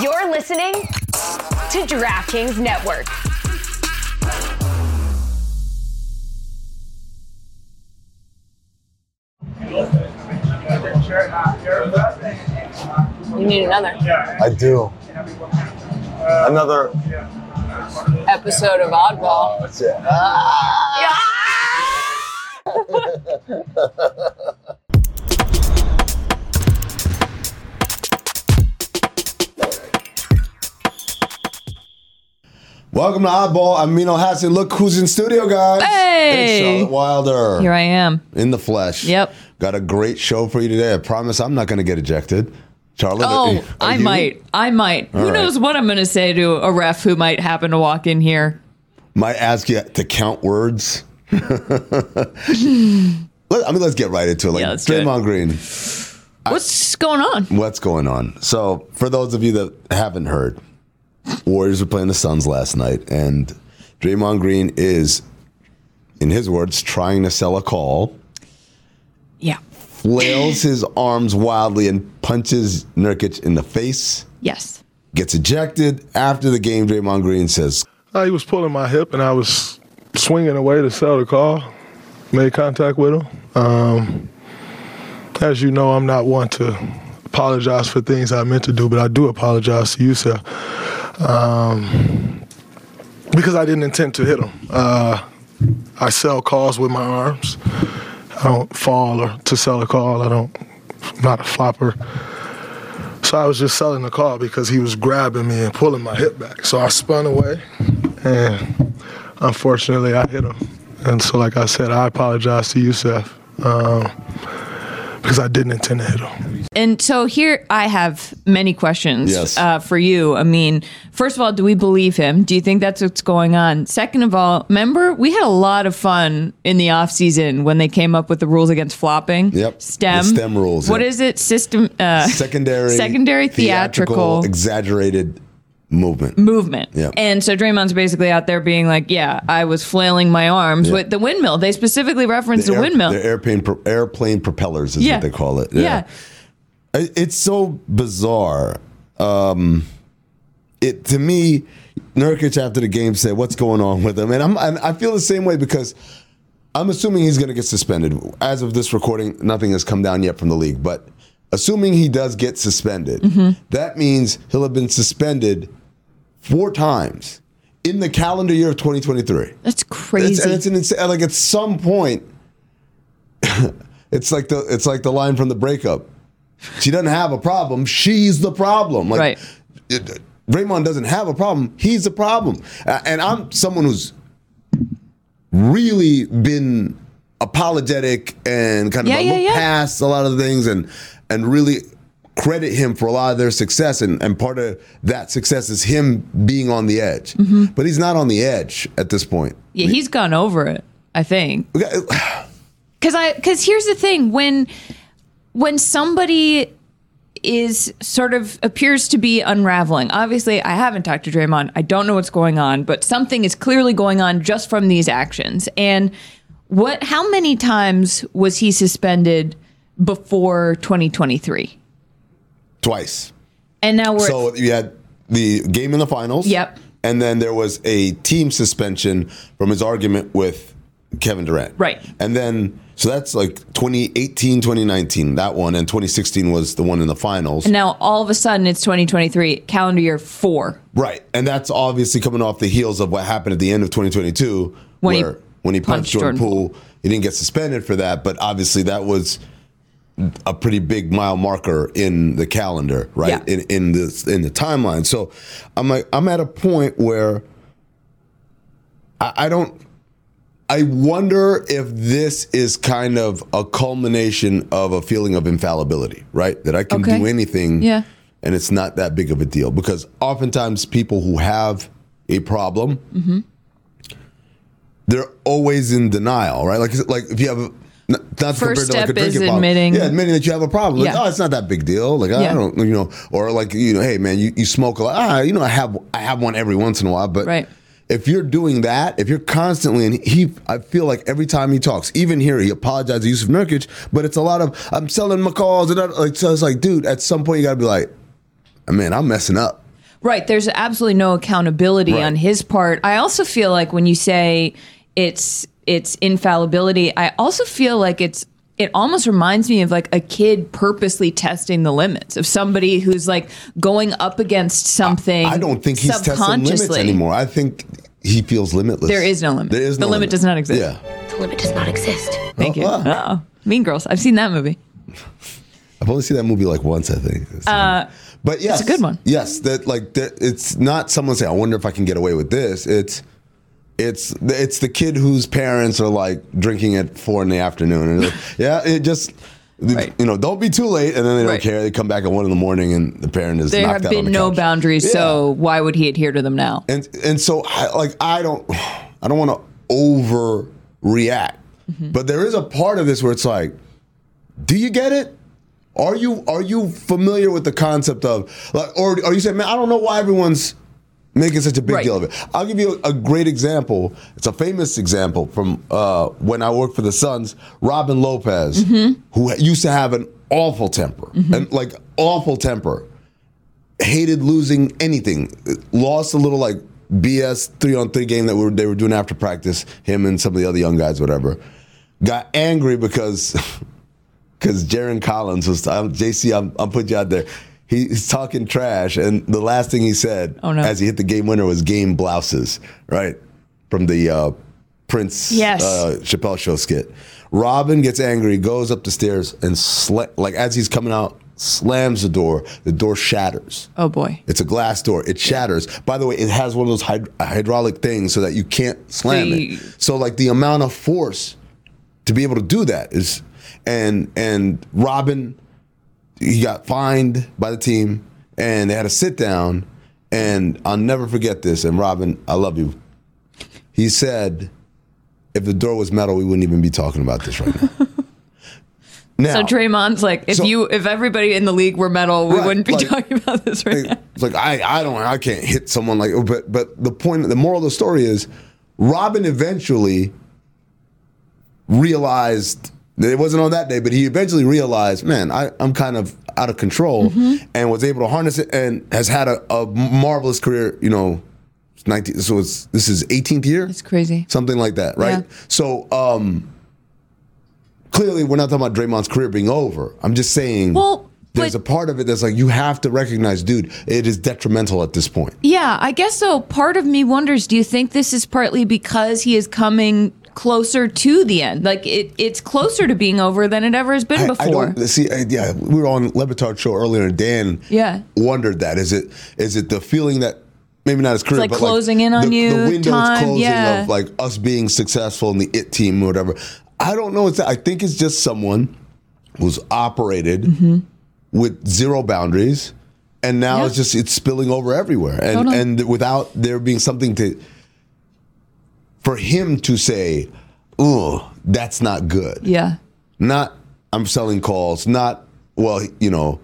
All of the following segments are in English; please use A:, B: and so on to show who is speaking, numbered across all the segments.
A: You're listening to DraftKings Network. You need another
B: I do. Another.
A: episode of Oddball.
B: That's it. Ah! Welcome to Oddball. I'm Mino Hassan. Look who's in studio, guys.
C: Hey!
B: It's Charlotte Wilder.
C: Here I am.
B: in the flesh.
C: Yep.
B: Got a great show for you today. I promise I'm not going to get ejected. Charlotte. are-
C: Oh,
B: are
C: I
B: you-
C: might. I might.
B: All
C: who
B: right.
C: knows what I'm going to say to a ref who might happen to walk in here?
B: might ask you to count words. Let, I mean, let's get right into it. Like
C: Yeah, let's do it.
B: Draymond Green,
C: What's going on?
B: what's going on? So, for those of you that haven't heard, Warriors were playing the Suns last night, and Draymond Green is, in his words, trying to sell a call,
C: Yeah.
B: flails his arms wildly, and punches Nurkic in the face.
C: Yes.
B: Gets ejected after the game. Draymond Green says,
D: Uh, he was pulling my hip, and I was swinging away to sell the car. Made contact with him. Um, as you know, I'm not one to apologize for things I meant to do, but I do apologize to you, sir, um, because I didn't intend to hit him. Uh, I sell calls with my arms. I don't fall or to sell a call. I don't. I'm not a flopper. So I was just selling the car because he was grabbing me and pulling my hip back. So I spun away, and unfortunately, I hit him. And so, like I said, I apologize to you, Seth, um, because I didn't intend to hit him.
C: And so here I have many questions
B: Yes.
C: uh, for you. I mean, first of all, do we believe him? Do you think that's what's going on? Second of all, remember we had a lot of fun in the off season when they came up with the rules against flopping.
B: Yep.
C: STEM.
B: The STEM rules,
C: What
B: yeah.
C: is it? System. Uh,
B: secondary,
C: Secondary theatrical.
B: exaggerated movement.
C: movement.
B: Yeah.
C: And so Draymond's basically out there being like, yeah, I was flailing my arms
B: Yeah.
C: with the windmill. They specifically referenced the,
B: air-
C: windmill.
B: The airplane pro- airplane propellers is
C: Yeah.
B: what they call it.
C: yeah.
B: I- it's so bizarre. Um, it to me, Nurkic after the game said, "What's going on with him?" And I'm and I feel the same way because I'm assuming he's going to get suspended. As of this recording, nothing has come down yet from the league, but assuming he does get suspended, that means he'll have been suspended four times in the calendar year of 2023. It's,
C: That's crazy.
B: and it's an insane, like at some point, it's like the it's like the line from the breakup. She doesn't have a problem. She's the problem. Like,
C: Right.
B: it- Draymond doesn't have a problem. He's the problem. Uh, and I'm someone who's really been apologetic and kind of
C: Yeah,
B: I
C: yeah,
B: look
C: yeah.
B: past a lot of things and and really credit him for a lot of their success and, and part of that success is him being on the edge
C: Mm-hmm.
B: but he's not on the edge at this point
C: yeah, he's gone over it, I think.
B: We got-
C: Cuz I cuz here's the thing, when when somebody is sort of appears to be unraveling. Obviously, I haven't talked to Draymond. I don't know what's going on, but something is clearly going on just from these actions. And what how many times was he suspended before 2023?
B: twice
C: And now we're
B: so you had the game in the finals
C: Yep.
B: and then there was a team suspension from his argument with Kevin Durant.
C: Right.
B: And then, so that's like 2018, 2019, that one. And 2016 was the one in the finals.
C: And now all of a sudden it's 2023, calendar year four.
B: Right, and that's obviously coming off the heels of what happened at the end of 2022,
C: When he
B: where when he punched,
C: punched
B: Jordan,
C: Jordan
B: Poole, he didn't get suspended for that, but obviously that was a pretty big mile marker in the calendar, right?
C: Yeah.
B: In in the in the timeline. So I'm like, I'm at a point where I, I don't. I wonder if this is kind of a culmination of a feeling of infallibility, right? That I can
C: Okay.
B: do anything
C: Yeah.
B: and it's not that big of a deal because oftentimes people who have a problem
C: Mm-hmm.
B: they're always in denial right like like if you have a not not compared
C: First
B: to like a
C: step is
B: drinking problem.
C: admitting-
B: yeah, admitting that you have a problem. Like,
C: Yeah.
B: oh, it's not that big deal. Like, I
C: Yeah.
B: don't, you know, or like, you know, hey, man, you, you smoke a lot. Ah, you know, I have I have one every once in a while, but
C: Right.
B: if you're doing that, if you're constantly and he, I feel like every time he talks, even here, he apologized to Yusuf Nurkic, but it's a lot of I'm selling McCall's and I, like so. It's like, dude, at some point you gotta be like, man, I'm messing up.
C: Right. There's absolutely no accountability
B: Right.
C: on his part. I also feel like when you say it's it's infallibility, I also feel like it's it almost reminds me of like a kid purposely testing the limits of somebody who's like going up against something.
B: I don't think he's testing limits
C: subconsciously.
B: anymore. I think he feels limitless.
C: There is no limit.
B: There is
C: The
B: no
C: limit does not exist.
B: Yeah,
E: The limit does not exist.
C: Thank you.
B: Oh, wow.
C: Uh-oh. Mean Girls. I've seen that movie.
B: I've only seen that movie like once, I think. but yes,
C: Uh, good one.
B: Yes, that like that. It's not someone saying, "I wonder if I can get away with this." It's it's it's the kid whose parents are like drinking at four in the afternoon, and they're like, yeah, it just.
C: Right.
B: You know, don't be too late, and then they don't
C: Right.
B: care. They come back at one in the morning, and the parent is
C: There
B: knocked
C: have
B: out on
C: been
B: the
C: no
B: couch.
C: boundaries,
B: Yeah.
C: so why would he adhere to them now?
B: and and so I, like I don't I don't want to overreact,
C: Mm-hmm.
B: but there is a part of this where it's like, do you get it? Are you are you familiar with the concept of like, or are you saying, man, I don't know why everyone's making such a big
C: Right.
B: deal of it? I'll give you a, a great example. It's a famous example from uh, when I worked for the Suns. Robin Lopez, who used to have an awful temper, and like awful temper hated losing anything. Lost a little like BS three on three game that we were, they were doing after practice. Him and some of the other young guys, whatever. Got angry because because Jaron Collins was I'm, JC. I'm, I'm putting you out there. He- He's talking trash, and the last thing he said
C: Oh, no.
B: as he hit the game winner was game blouses, right from the uh, Prince
C: Yes.
B: uh, Chappelle show skit. Robin gets angry, goes up the stairs, and sla- like as he's coming out, slams the door. The door shatters.
C: Oh boy.
B: It's a glass door. It shatters. By the way, it has one of those hyd- hydraulic things so that you can't slam
C: The-
B: it. So like the amount of force to be able to do that is, and and Robin, he got fined by the team, and they had a sit down, and I'll never forget this. And Robin, I love you. He said, if the door was metal, we wouldn't even be talking about this right now. now
C: So Draymond's like, if
B: So-
C: you, if everybody in the league were metal, we
B: Right,
C: wouldn't be
B: like-
C: talking about this right now.
B: Like, it's like I, I don't I can't hit someone like but but the point the moral of the story is Robin eventually realized that it wasn't on that day, but he eventually realized, man, I, I'm kind of out of control and was able to harness it and has had a, a marvelous career, you know, 19, so it's, this is 18th year?
C: It's crazy.
B: something like that, right?
C: Yeah.
B: So um, clearly, we're not talking about Draymond's career being over. I'm just saying,
C: Well,
B: there's
C: but-
B: a part of it that's like you have to recognize, dude, it is detrimental at this point.
C: Yeah, I guess so. Part of me wonders, do you think this is partly because he is coming closer to the end? Like it, it's closer to being over than it ever has been
B: I- I
C: before.
B: don't see. I, yeah, we were on Levitard show earlier, and Dan
C: Yeah.
B: wondered that is it is it the feeling that maybe not his career,
C: like
B: but
C: closing in on
B: the,
C: you,
B: the window
C: time,
B: is closing
C: yeah.
B: of like us being successful in the it team or whatever. I don't know. It's I think it's just someone who's operated with zero boundaries, and now
C: Mm-hmm. Yeah.
B: it's just it's spilling over everywhere, and
C: Totally.
B: and without there being something to for him to say, oh, that's not good
C: yeah.
B: not I'm selling calls, not well, you know,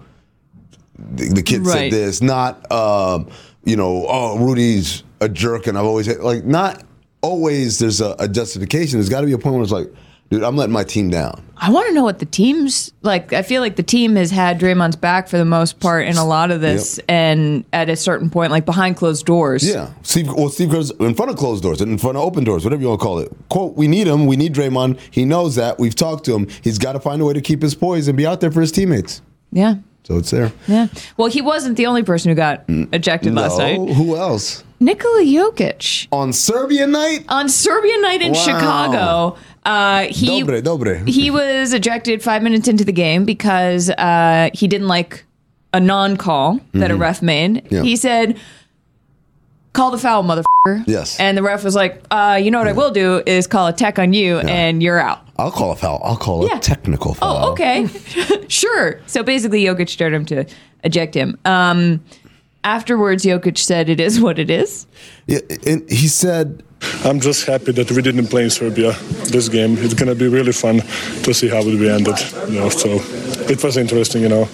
B: the, the kid
C: Right.
B: said this, not um, you know, oh Rudy's a jerk, and I've always had, like not always. There's a, a justification. There's got to be a point where it's like, dude, I'm letting my team down.
C: I want to know what the team's like. I feel like the team has had Draymond's back for the most part in a lot of this, and at a certain point, like behind closed doors.
B: Yeah, Steve. Well, Steve Kerr's in front of closed doors and in front of open doors, whatever you want to call it. "Quote: We need him. We need Draymond. He knows that. We've talked to him. He's got to find a way to keep his poise and be out there for his teammates.
C: Yeah.
B: So it's there.
C: Yeah. Well, he wasn't the only person who got ejected last
B: Mm, No,
C: night.
B: who else
C: Nikola Jokic.
B: on Serbian night?
C: on Serbian night in
B: Wow.
C: Chicago, uh, he
B: Dobre, dobre.
C: he was ejected five minutes into the game because uh, he didn't like a non-call that a ref made.
B: Mm-hmm. Yeah.
C: He said, "Call the foul, motherfucker."
B: Yes.
C: and the ref was like, uh, "You know what I will do is call a tech on you, and you're out."
B: I'll call a foul. I'll call
C: Yeah.
B: a technical foul.
C: Oh, okay. sure. So basically, Jokic dared him to eject him. Um, afterwards, Jokic said, "It is what it is."
B: Yeah, and he said,
F: I'm just happy that we didn't play in Serbia this game. It's gonna be really fun to see how it will be ended. You know, so it was interesting. You know,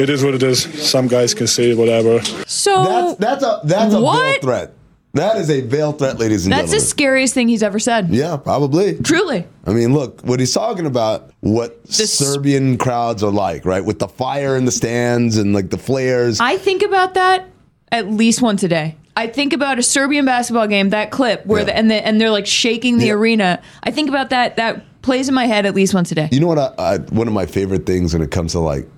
F: it is what it is. Some guys can say whatever.
C: So
B: "That's that's a that's a
C: Oh, What?
B: real threat. That is a veil threat, ladies and
G: That's the
B: gentlemen.
G: scariest thing he's ever said.
B: yeah, probably.
G: Truly.
B: I mean, look, what he's talking about, what Serbian crowds are like, right? With the fire in the stands and like the flares.
G: I think about that at least once a day. I think about a Serbian basketball game, that clip where
B: Yeah.
G: the, and the, and they're like shaking the
B: Yeah.
G: arena. I think about that that plays in my head at least once a day.
B: you know what? I, I, one of my favorite things when it comes to like,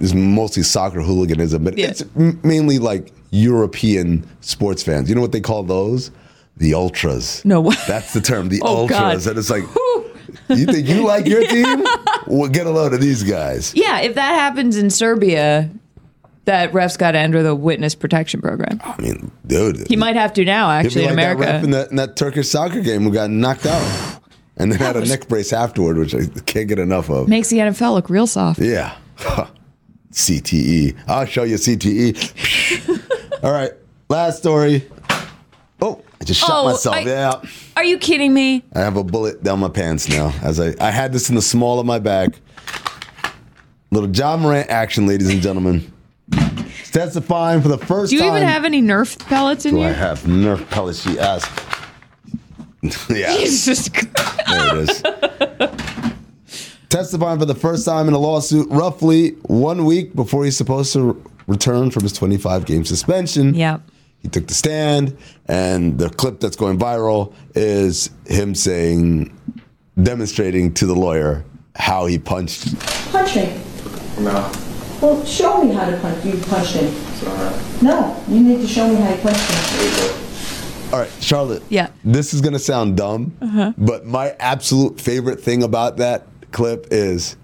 B: is mostly soccer hooliganism, but
G: Yeah.
B: it's m- mainly like European sports fans. You know what they call those? The ultras.
G: No way.
B: That's the term, the
G: Oh,
B: ultras.
G: God.
B: And it's like, you think you like your team? Well, get a load of these guys.
G: Yeah, if that happens in Serbia, that ref's got to enter the witness protection program.
B: I mean, dude.
G: He might have to now,
B: It'd be
G: actually,
B: like
G: in
B: That ref in
G: America.
B: that, in that Turkish soccer game who got knocked out and then had a neck brace afterward, which I can't get enough of.
G: Makes the NFL look real soft.
B: Yeah. CTE. I'll show you CTE. All right. Last story. Oh, I just shot
G: Oh,
B: myself.
G: I-
B: yeah.
G: Are you kidding me?
B: I have a bullet down my pants now. As I, I had this in the small of my back. Little John Morant action, ladies and gentlemen. Testifying for the first
G: Do you
B: time.
G: even have any Nerf pellets in
B: Do I
G: you?
B: have Nerf pellets? She asked. yeah.
G: Jesus Christ.
B: There it is. Testifying for the first time in a lawsuit roughly one week before he's supposed to return from his 25 game suspension.
G: Yeah.
B: He took the stand, and the clip that's going viral is him saying, demonstrating to the lawyer how he punched.
H: Punch him.
I: No,
H: Well, show me how to punch. You punch him.
I: it's not.
H: No, you need to show me how you punch him.
B: All right, Charlotte.
G: Yeah. Uh-huh.
B: This is going to sound dumb, but my absolute favorite thing about that clip is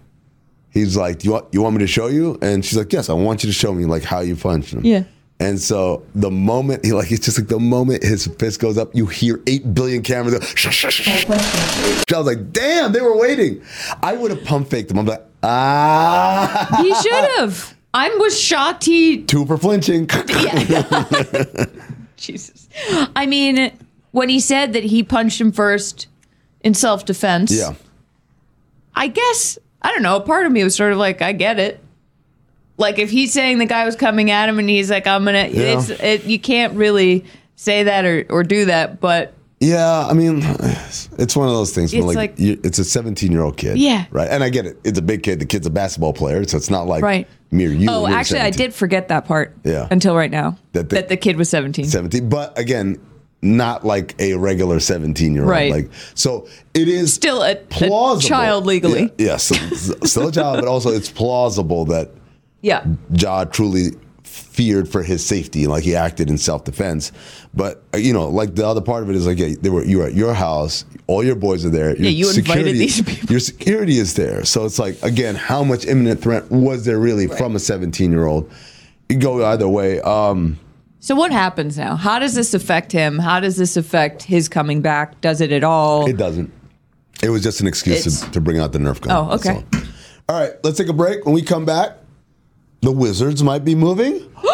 B: he's like, "You want you want me to show you?" And she's like, "Yes, I want you to show me like how you punch him."
G: Yeah.
B: And so the moment he like, it's just like the moment his fist goes up, you hear eight billion cameras. Go, shh, shh, shh, shh.
H: How you punch him.
B: I was like, "Damn, they were waiting." I would have pump faked him. I'm like, ah,
G: He should have. I was shocked he
B: two for flinching.
G: Jesus. I mean, when he said that he punched him first in self defense,
B: yeah.
G: I guess, I don't know, part of me was sort of like, I get it. Like, if he's saying the guy was coming at him and he's like, I'm going to,
B: Yeah.
G: it's, it, you can't really say that or, or do that, but
B: Yeah, I mean, it's one of those things. Where
G: It's
B: like,
G: like-
B: you, it's a 17 year old kid.
G: Yeah.
B: Right. And I get it. It's a big kid. The kid's a basketball player, so it's not like
G: Right.
B: mere you.
G: Oh,
B: when you're
G: actually, I
B: 17.
G: did forget that part.
B: Yeah.
G: Until right now,
B: That
G: that
B: the-
G: the, kid was 17.
B: 17, but again, not like a regular 17 year old.
G: Right.
B: Like so, it is
G: Still a- a
B: plausible
G: child legally.
B: Yeah, yeah, so- still a child, but also it's plausible that
G: Yeah.
B: Ja truly feared for his safety, like he acted in self defense. But uh, you know, like the other part of it is like, yeah, they were you were at your house, all your boys are there. Your
G: Yeah, you invited these people.
B: Your security is there, so it's like again, how much imminent threat was there really from a seventeen year old? You go either way. Um,
G: So what happens now? How does this affect him? How does this affect his coming back? Does it at all?
B: it doesn't. It was just an excuse to,
G: It's-
B: to bring out the Nerf gun.
G: Oh,
B: that's
G: okay.
B: all. all right, let's take a break. When we come back, the Wizards might be moving.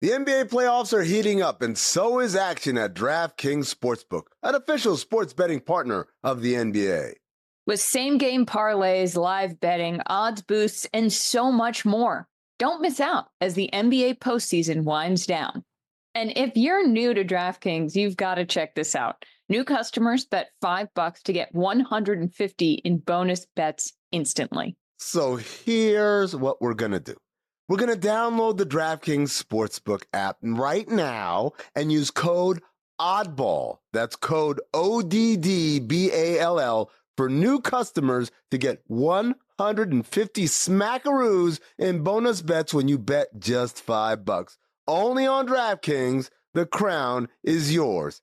B: The NBA playoffs are heating up, and so is action at DraftKings Sportsbook, an official sports betting partner of the NBA.
C: With same game parlays, live betting, odds boosts, and so much more. Don't miss out as the NBA postseason winds down. And if you're new to DraftKings, you've got to check this out. New customers bet five bucks to get 150 in bonus bets instantly.
B: So here's what we're going to do. We're going to download the DraftKings Sportsbook app right now and use code ODDBALL. That's code O D D B A L L for new customers to get 150 smackaroos in bonus bets when you bet just 5 bucks. Only on DraftKings, the crown is yours.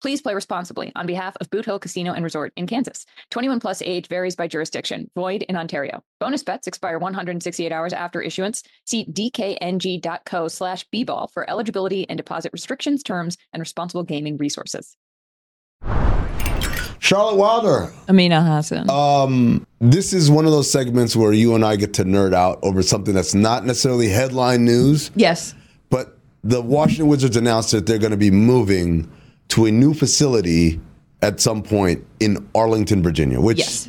C: Please play responsibly on behalf of Boot Hill Casino and Resort in Kansas. 21 plus age varies by jurisdiction, void in Ontario. Bonus bets expire 168 hours after issuance. See dkng.co slash bball for eligibility and deposit restrictions, terms, and responsible gaming resources.
B: Charlotte Wilder.
G: Amina Hassan.
B: This is one of those segments where you and I get to nerd out over something that's not necessarily headline news,
G: yes.
B: but the Washington Wizards announced that they're going to be moving to a new facility at some point in Arlington, Virginia, which
G: Yes.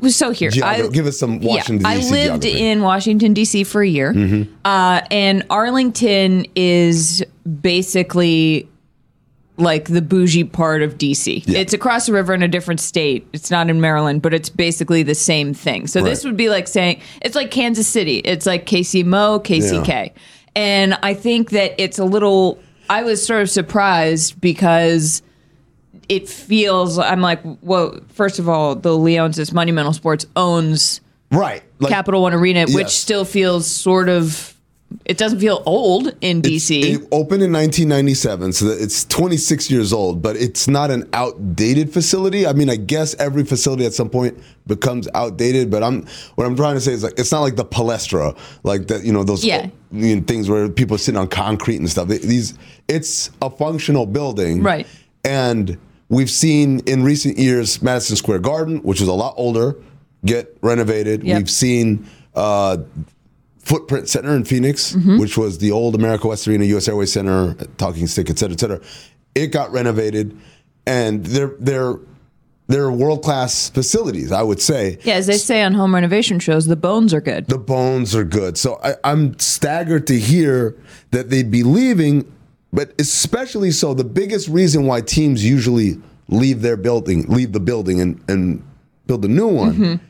G: was so here.
B: Geogra- give us some Washington,
G: I
B: D.C.
G: lived
B: geography. Mm-hmm.
G: in Washington D.C. for a year, uh, and Arlington is basically like the bougie part of D.C. It's across the river in a different state. It's not in Maryland, but it's basically the same thing. So this
B: Right.
G: would be like saying it's like Kansas City. It's like KCMO, KCK, and I think that it's a little. I was sort of surprised because it feels I'm like, well, first of all, the Leones Monumental Sports owns
B: right like,
G: Capital One Arena, which
B: Yes.
G: still feels sort of it doesn't feel old in DC.
B: It opened in 1997, so that it's 26 years old, but it's not an outdated facility. I mean, I guess every facility at some point becomes outdated, but I'm what I'm trying to say is like it's not like the palestra, like that you know those
G: Yeah.
B: you know, things where people are sitting on concrete and stuff. They- These it's a functional building,
G: Right.
B: And we've seen in recent years Madison Square Garden, which is a lot older, get renovated.
G: Yep.
B: We've seen. Uh, Footprint Center in Phoenix, which was the old America West Arena, U.S. Airways Center, Talking Stick, et cetera, et cetera. It got renovated, and they're they're they're world class facilities, I would say.
G: yeah, as they say on home renovation shows, the bones are good.
B: The bones are good, so I, I'm staggered to hear that they'd be leaving, but especially so. The biggest reason why teams usually leave their building, leave the building, and and build a new one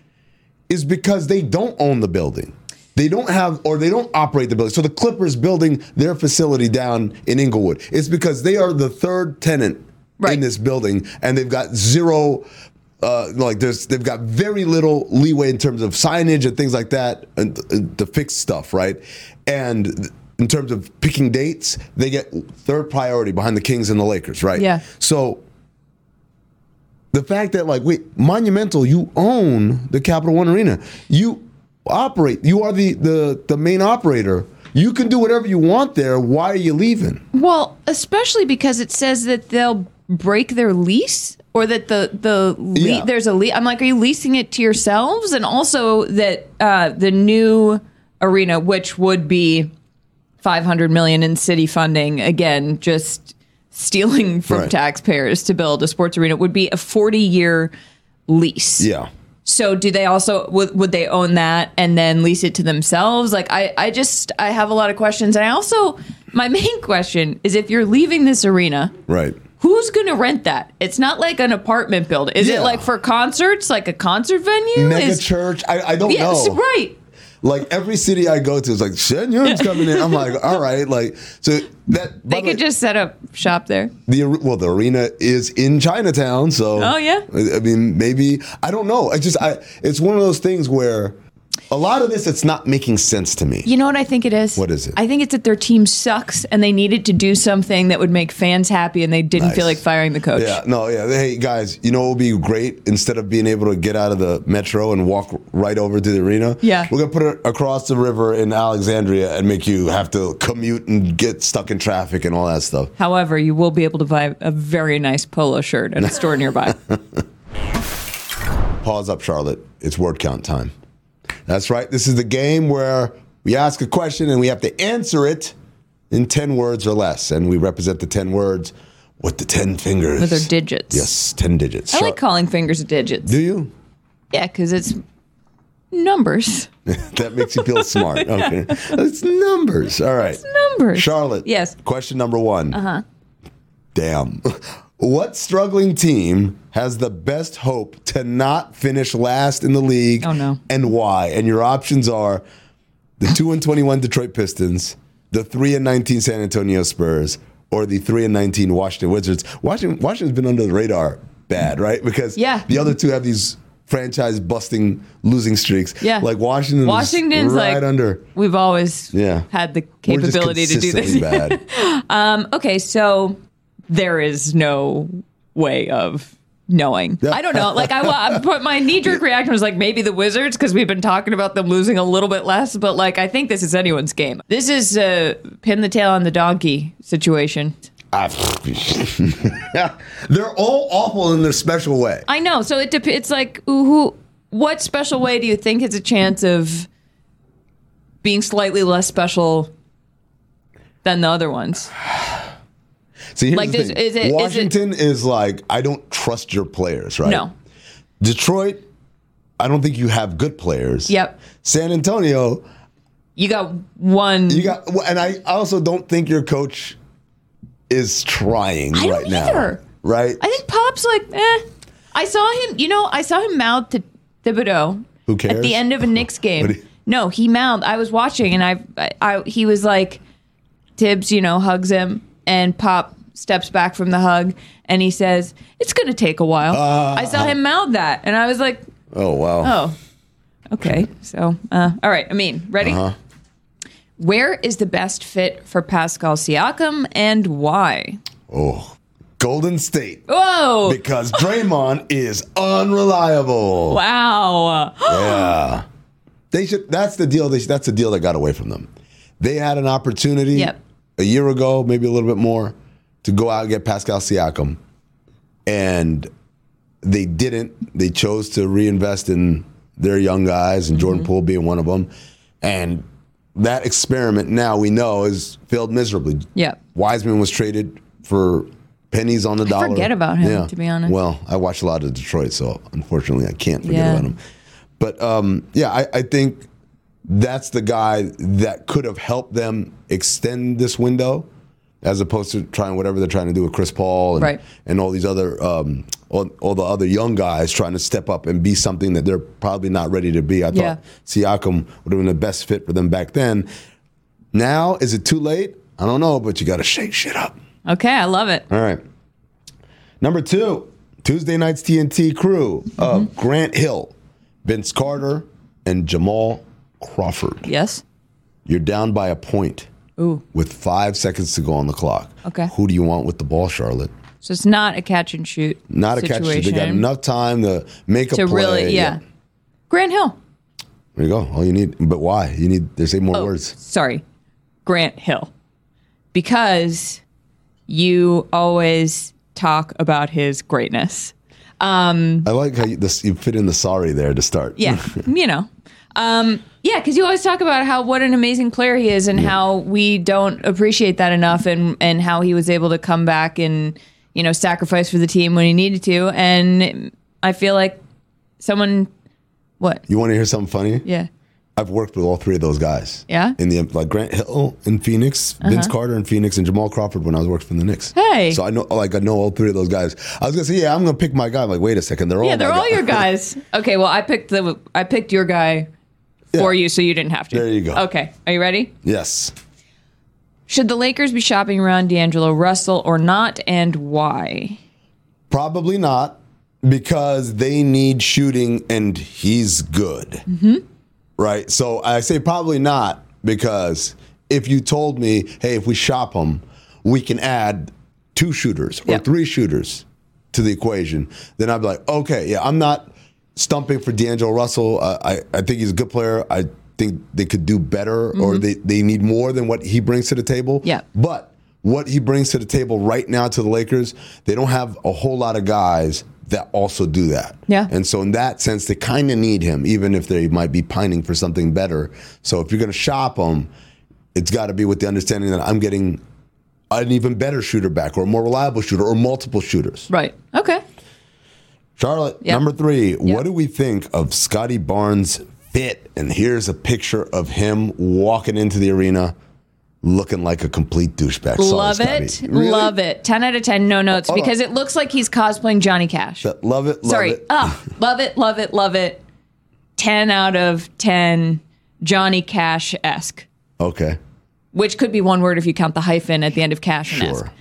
B: is because they don't own the building. They don't have or they don't operate the building. So the Clippers building their facility down in Inglewood. It's because they are the third tenant in
G: Right.
B: this building and they've got zero uh, like there's they've got very little leeway in terms of signage and things like that and, and to fix stuff, right? And in terms of picking dates, they get third priority behind the Kings and the Lakers, right?
G: Yeah.
B: So the fact that like wait monumental you own the capital one arena you operate you are the the the main operator you can do whatever you want there why are you leaving
G: Well, especially because it says that they'll break their lease or that the the le-
B: Yeah.
G: there's a lease. I'm like, are you leasing it to yourselves? And also that uh, the new arena, which would be 500 million in city funding, again, just stealing from
B: Right.
G: taxpayers to build a sports arena, would be a 40 year lease.
B: yeah
G: So do they also would, would they own that and then lease it to themselves? Like I I just I have a lot of questions and I also my main question is if you're leaving this arena,
B: right
G: who's going to rent that? It's not like an apartment building. Is
B: Yeah.
G: it like for concerts, like a concert venue?
B: mega
G: is
B: church i, I don't
G: Yes,
B: know
G: right.
B: like every city i go to is like Shen Yun's coming in i'm like all right like so that by the
G: They
B: way,
G: could just set up shop there.
B: The ar- well, the arena is in Chinatown, so
G: Oh, yeah?
B: I I mean, maybe I don't know. I just I it's one of those things where a lot of this it's not making sense to me.
G: You know what I think it is?
B: What is it?
G: I think it's that their team sucks and they needed to do something that would make fans happy and they didn't
B: Nice.
G: feel like firing the coach.
B: Yeah, no, yeah. Hey guys, you know what would be great instead of being able to get out of the metro and walk right over to the arena?
G: Yeah.
B: We're gonna put it across the river in Alexandria and make you have to commute and get stuck in traffic and all that stuff.
G: However, you will be able to buy a very nice polo shirt at a store nearby.
B: Pause up, Charlotte. It's word count time. That's right. This is the game where we ask a question and we have to answer it in 10 words or less. And we represent the 10 words with the 10 fingers.
G: With their digits.
B: Yes, 10 digits.
G: I
B: Char-
G: like calling fingers digits.
B: Do you?
G: Yeah, because it's numbers.
B: That makes you feel smart. Okay. It's numbers. All right.
G: Numbers.
B: Charlotte.
G: Yes. Uh-huh.
B: Question number one. Uh huh. Damn. What struggling team has the best hope to not finish last in the league?
G: Oh, no.
B: And why? And your options are the 2 and 21 Detroit Pistons, the 3 and 19 San Antonio Spurs, or the 3 and 19 Washington Wizards. Washington, Washington's been under the radar bad, right? Because
G: Yeah.
B: the other two have these franchise busting losing streaks.
G: Yeah.
B: Like Washington Washington's
G: Washington's
B: right
G: like-
B: under.
G: We've always
B: Yeah.
G: had the
B: We're just
G: capability to do this.
B: consistently Bad.
G: Okay, so there is no way of knowing. I don't know. Like I, wa- I put my knee jerk reaction was like maybe the Wizards because we've been talking about them losing a little bit less, but like I think this is anyone's game. This is uh, pin the tail on the donkey situation.
B: I, they're all awful in their special way.
G: I know. So it dep- it's like ooh, who what special way do you think has a chance of being slightly less special than the other ones?
B: See, here's
G: Like,
B: the
G: does-
B: thing.
G: is it- is it-
B: Washington is like I don't trust your players, right?
G: No.
B: Detroit, I don't think you have good players.
G: Yep.
B: San Antonio,
G: You got one
B: you got, well, and I also don't think your coach is trying
G: I don't
B: right now.
G: either.
B: Right?
G: I think Pop's like, eh. I saw him, you know, I saw him mouth to Thibodeau
B: Who cares?
G: at the end of a Knicks game.
B: What do you-
G: no, he mouthed. I was watching, and I, I, I, he was like, Tibbs, you know, hugs him, and Pop steps back from the hug, and he says, "It's gonna take a while." I
B: Uh-huh.
G: saw him mouth that, and I was like,
B: oh wow.
G: "Oh, okay." So, uh, all right. I mean, ready?
B: Uh-huh.
G: Where is the best fit for Pascal Siakam, and why?
B: Oh. Golden State.
G: Oh. Whoa!
B: Because Draymond is unreliable.
G: wow.
B: Yeah. They should. That's the deal. They, that's the deal that got away from them. They had an opportunity
G: Yep.
B: a year ago, maybe a little bit more, to go out and get Pascal Siakam, and they didn't. They chose to reinvest in their young guys, and Jordan Poole being one of them. And that experiment now we know is failed miserably.
G: Yep.
B: Wiseman was traded for pennies on the dollar.
G: forget about him, to be honest.
B: Well, I watch a lot of Detroit, so unfortunately, I can't forget
G: Yeah.
B: about him. But um, yeah, I, I think that's the guy that could have helped them extend this window, as opposed to trying whatever they're trying to do with Chris Paul and,
G: Right.
B: and all these other um, all, all the other young guys trying to step up and be something that they're probably not ready to be. I
G: Yeah.
B: thought Siakam would have been the best fit for them back then. Now, is it too late? I don't know, but you got to shake shit up.
G: Okay, I love it.
B: All right. Number two, Tuesday night's TNT crew
G: Mm-hmm.
B: of Grant Hill, Vince Carter, and Jamal Crawford.
G: Yes.
B: You're down by a point
G: Ooh.
B: with five seconds to go on the clock.
G: Okay.
B: Who do you want with the ball, Charlotte?
G: So it's not a catch and shoot.
B: Not
G: situation.
B: a catch. They got enough time to make a
G: to
B: play.
G: really, yeah. Grant Hill.
B: There you go. All you need. But why? You need. There's eight more
G: Oh.
B: words.
G: Sorry, Grant Hill, because you always talk about his greatness.
B: I like how you, this, you fit in the sorry there to start.
G: Yeah, you know. Um, yeah, because you always talk about how what an amazing player he is, and how we don't appreciate that enough, and and how he was able to come back and you know sacrifice for the team when he needed to, and I feel like someone, what?
B: You want to hear something funny?
G: Yeah.
B: I've worked with all three of those guys.
G: Yeah? Uh-huh.
B: In the like Grant Hill in Phoenix, Vince Carter in Phoenix, and Jamal Crawford when I was working for the Knicks.
G: Hey.
B: So I know like I know all three of those guys. I was gonna say, yeah, I'm gonna pick my guy. I'm like, wait a second, they're all
G: Yeah, they're
B: my
G: all
B: guy.
G: your guys. Okay, well, I picked the I picked your guy for you, so you didn't have to.
B: There you go.
G: Okay, are you ready?
B: yes.
G: Should the Lakers be shopping around D'Angelo Russell or not, and why?
B: Probably not because they need shooting and he's good. Right? So I say probably not because if you told me, hey, if we shop him, we can add two shooters or
G: Yep.
B: three shooters to the equation, then I'd be like, okay, yeah, I'm not stumping for D'Angelo Russell. Uh, I, I think he's a good player. I think they could do better or they, they need more than what he brings to the table.
G: Mm-hmm. Yeah.
B: But what he brings to the table right now to the Lakers, they don't have a whole lot of guys that also do that.
G: Yeah.
B: And so in that sense, they kind of need him, even if they might be pining for something better. So if you're going to shop him, it's got to be with the understanding that I'm getting an even better shooter back, or a more reliable shooter, or multiple shooters.
G: Right. Okay.
B: Charlotte,
G: Yeah.
B: number three. What do we think of Scotty Barnes' fit? And here's a picture of him walking into the arena, looking like a complete douchebag. Sorry,
G: Love
B: Scotty.
G: it.
B: Really?
G: Love it. 10 out of 10 no notes
B: Hold on.
G: because it looks like he's cosplaying Johnny Cash.
B: That- Love it. Love
G: Sorry.
B: it.
G: Ah, love it, love it, love it. 10 out of 10 Johnny Cash esque,
B: Okay.
G: which could be one word if you count the hyphen at the end of Cash and esque.
B: Sure.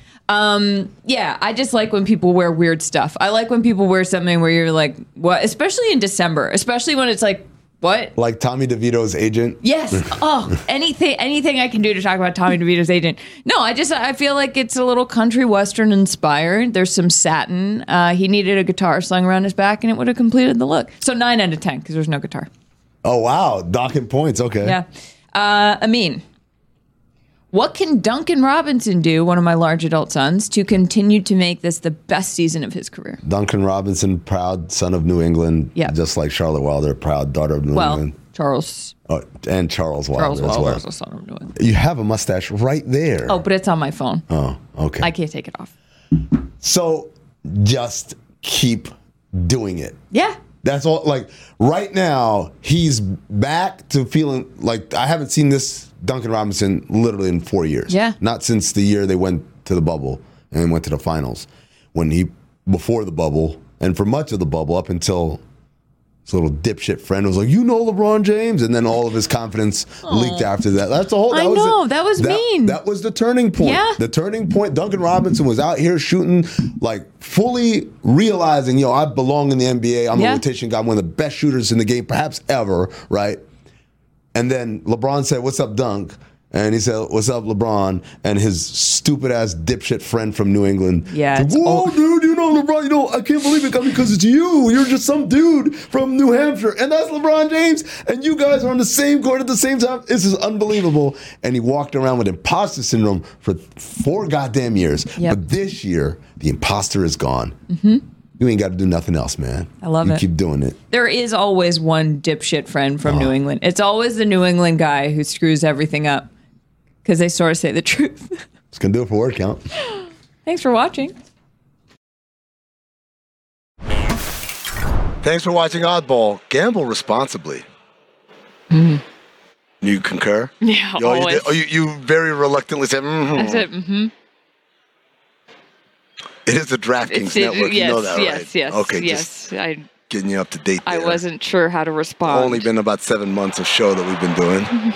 G: Yeah, I just like when people wear weird stuff. I like when people wear something where you're like, what? Especially in December, especially when it's like, what?
B: Like Tommy DeVito's agent.
G: Yes. Oh, anything, anything I can do to talk about Tommy DeVito's agent. No, I just I feel like it's a little country western inspired. There's some satin. Uh, he needed a guitar slung around his back, and it would have completed the look. So nine out of ten because there's no guitar.
B: Oh wow, docking points. Okay.
G: Yeah. Uh, Amin, What can Duncan Robinson do, one of my large adult sons, to continue to make this the best season of his career?
B: Duncan Robinson, proud son of New England.
G: Yeah.
B: Just like Charlotte Wilder, proud daughter of New
G: Well,
B: England.
G: Charles
B: Oh, and Charles Wilder
G: Charles
B: as well.
G: Wilder's a son of New England.
B: You have a mustache right there.
G: Oh, but it's on my phone.
B: Oh, okay.
G: I can't take it off.
B: so just keep doing it.
G: Yeah.
B: That's all. Like right now, he's back to feeling like I haven't seen this Duncan Robinson literally in four years.
G: Yeah.
B: not since the year they went to the bubble and went to the finals. When he before the bubble and for much of the bubble up until his little dipshit friend was like, "You know LeBron James," and then all of his confidence leaked after that. That's the whole. That
G: I
B: was the-
G: know, that was mean.
B: That was the turning point.
G: Yeah.
B: The turning point. Duncan Robinson was out here shooting, like fully realizing, yo, I belong in the NBA. I'm
G: Yeah.
B: a rotation guy, I'm one of the best shooters in the game, perhaps ever, right? And then LeBron said, What's up, Dunk? And he said, What's up, LeBron? And his stupid ass dipshit friend from New England.
G: Yeah,
B: said,
G: it's
B: Whoa,
G: all-
B: dude, you know LeBron, you know, I can't believe it because it's you. You're just some dude from New Hampshire. And that's LeBron James. And you guys are on the same court at the same time. This is unbelievable. And he walked around with imposter syndrome for four goddamn years.
G: Yep.
B: But this year, the imposter is gone. You ain't got to do nothing else, man. I
G: love
B: you
G: it.
B: keep doing it.
G: There is always one dipshit friend from
B: Ah.
G: New England. It's always the New England guy who screws everything up because they sort of say the truth.
B: It's going to do it for word count.
G: Thanks for watching.
B: Thanks for watching Oddball. Gamble responsibly. You concur?
G: Yeah,
B: You- oh, you, did- oh, you, you very reluctantly said, mm
G: mm-hmm.
B: It is the DraftKings network. you know that, right? Okay, just
G: I,
B: getting you up to date there.
G: sure how to respond.
B: Only been about seven months of show that we've been doing.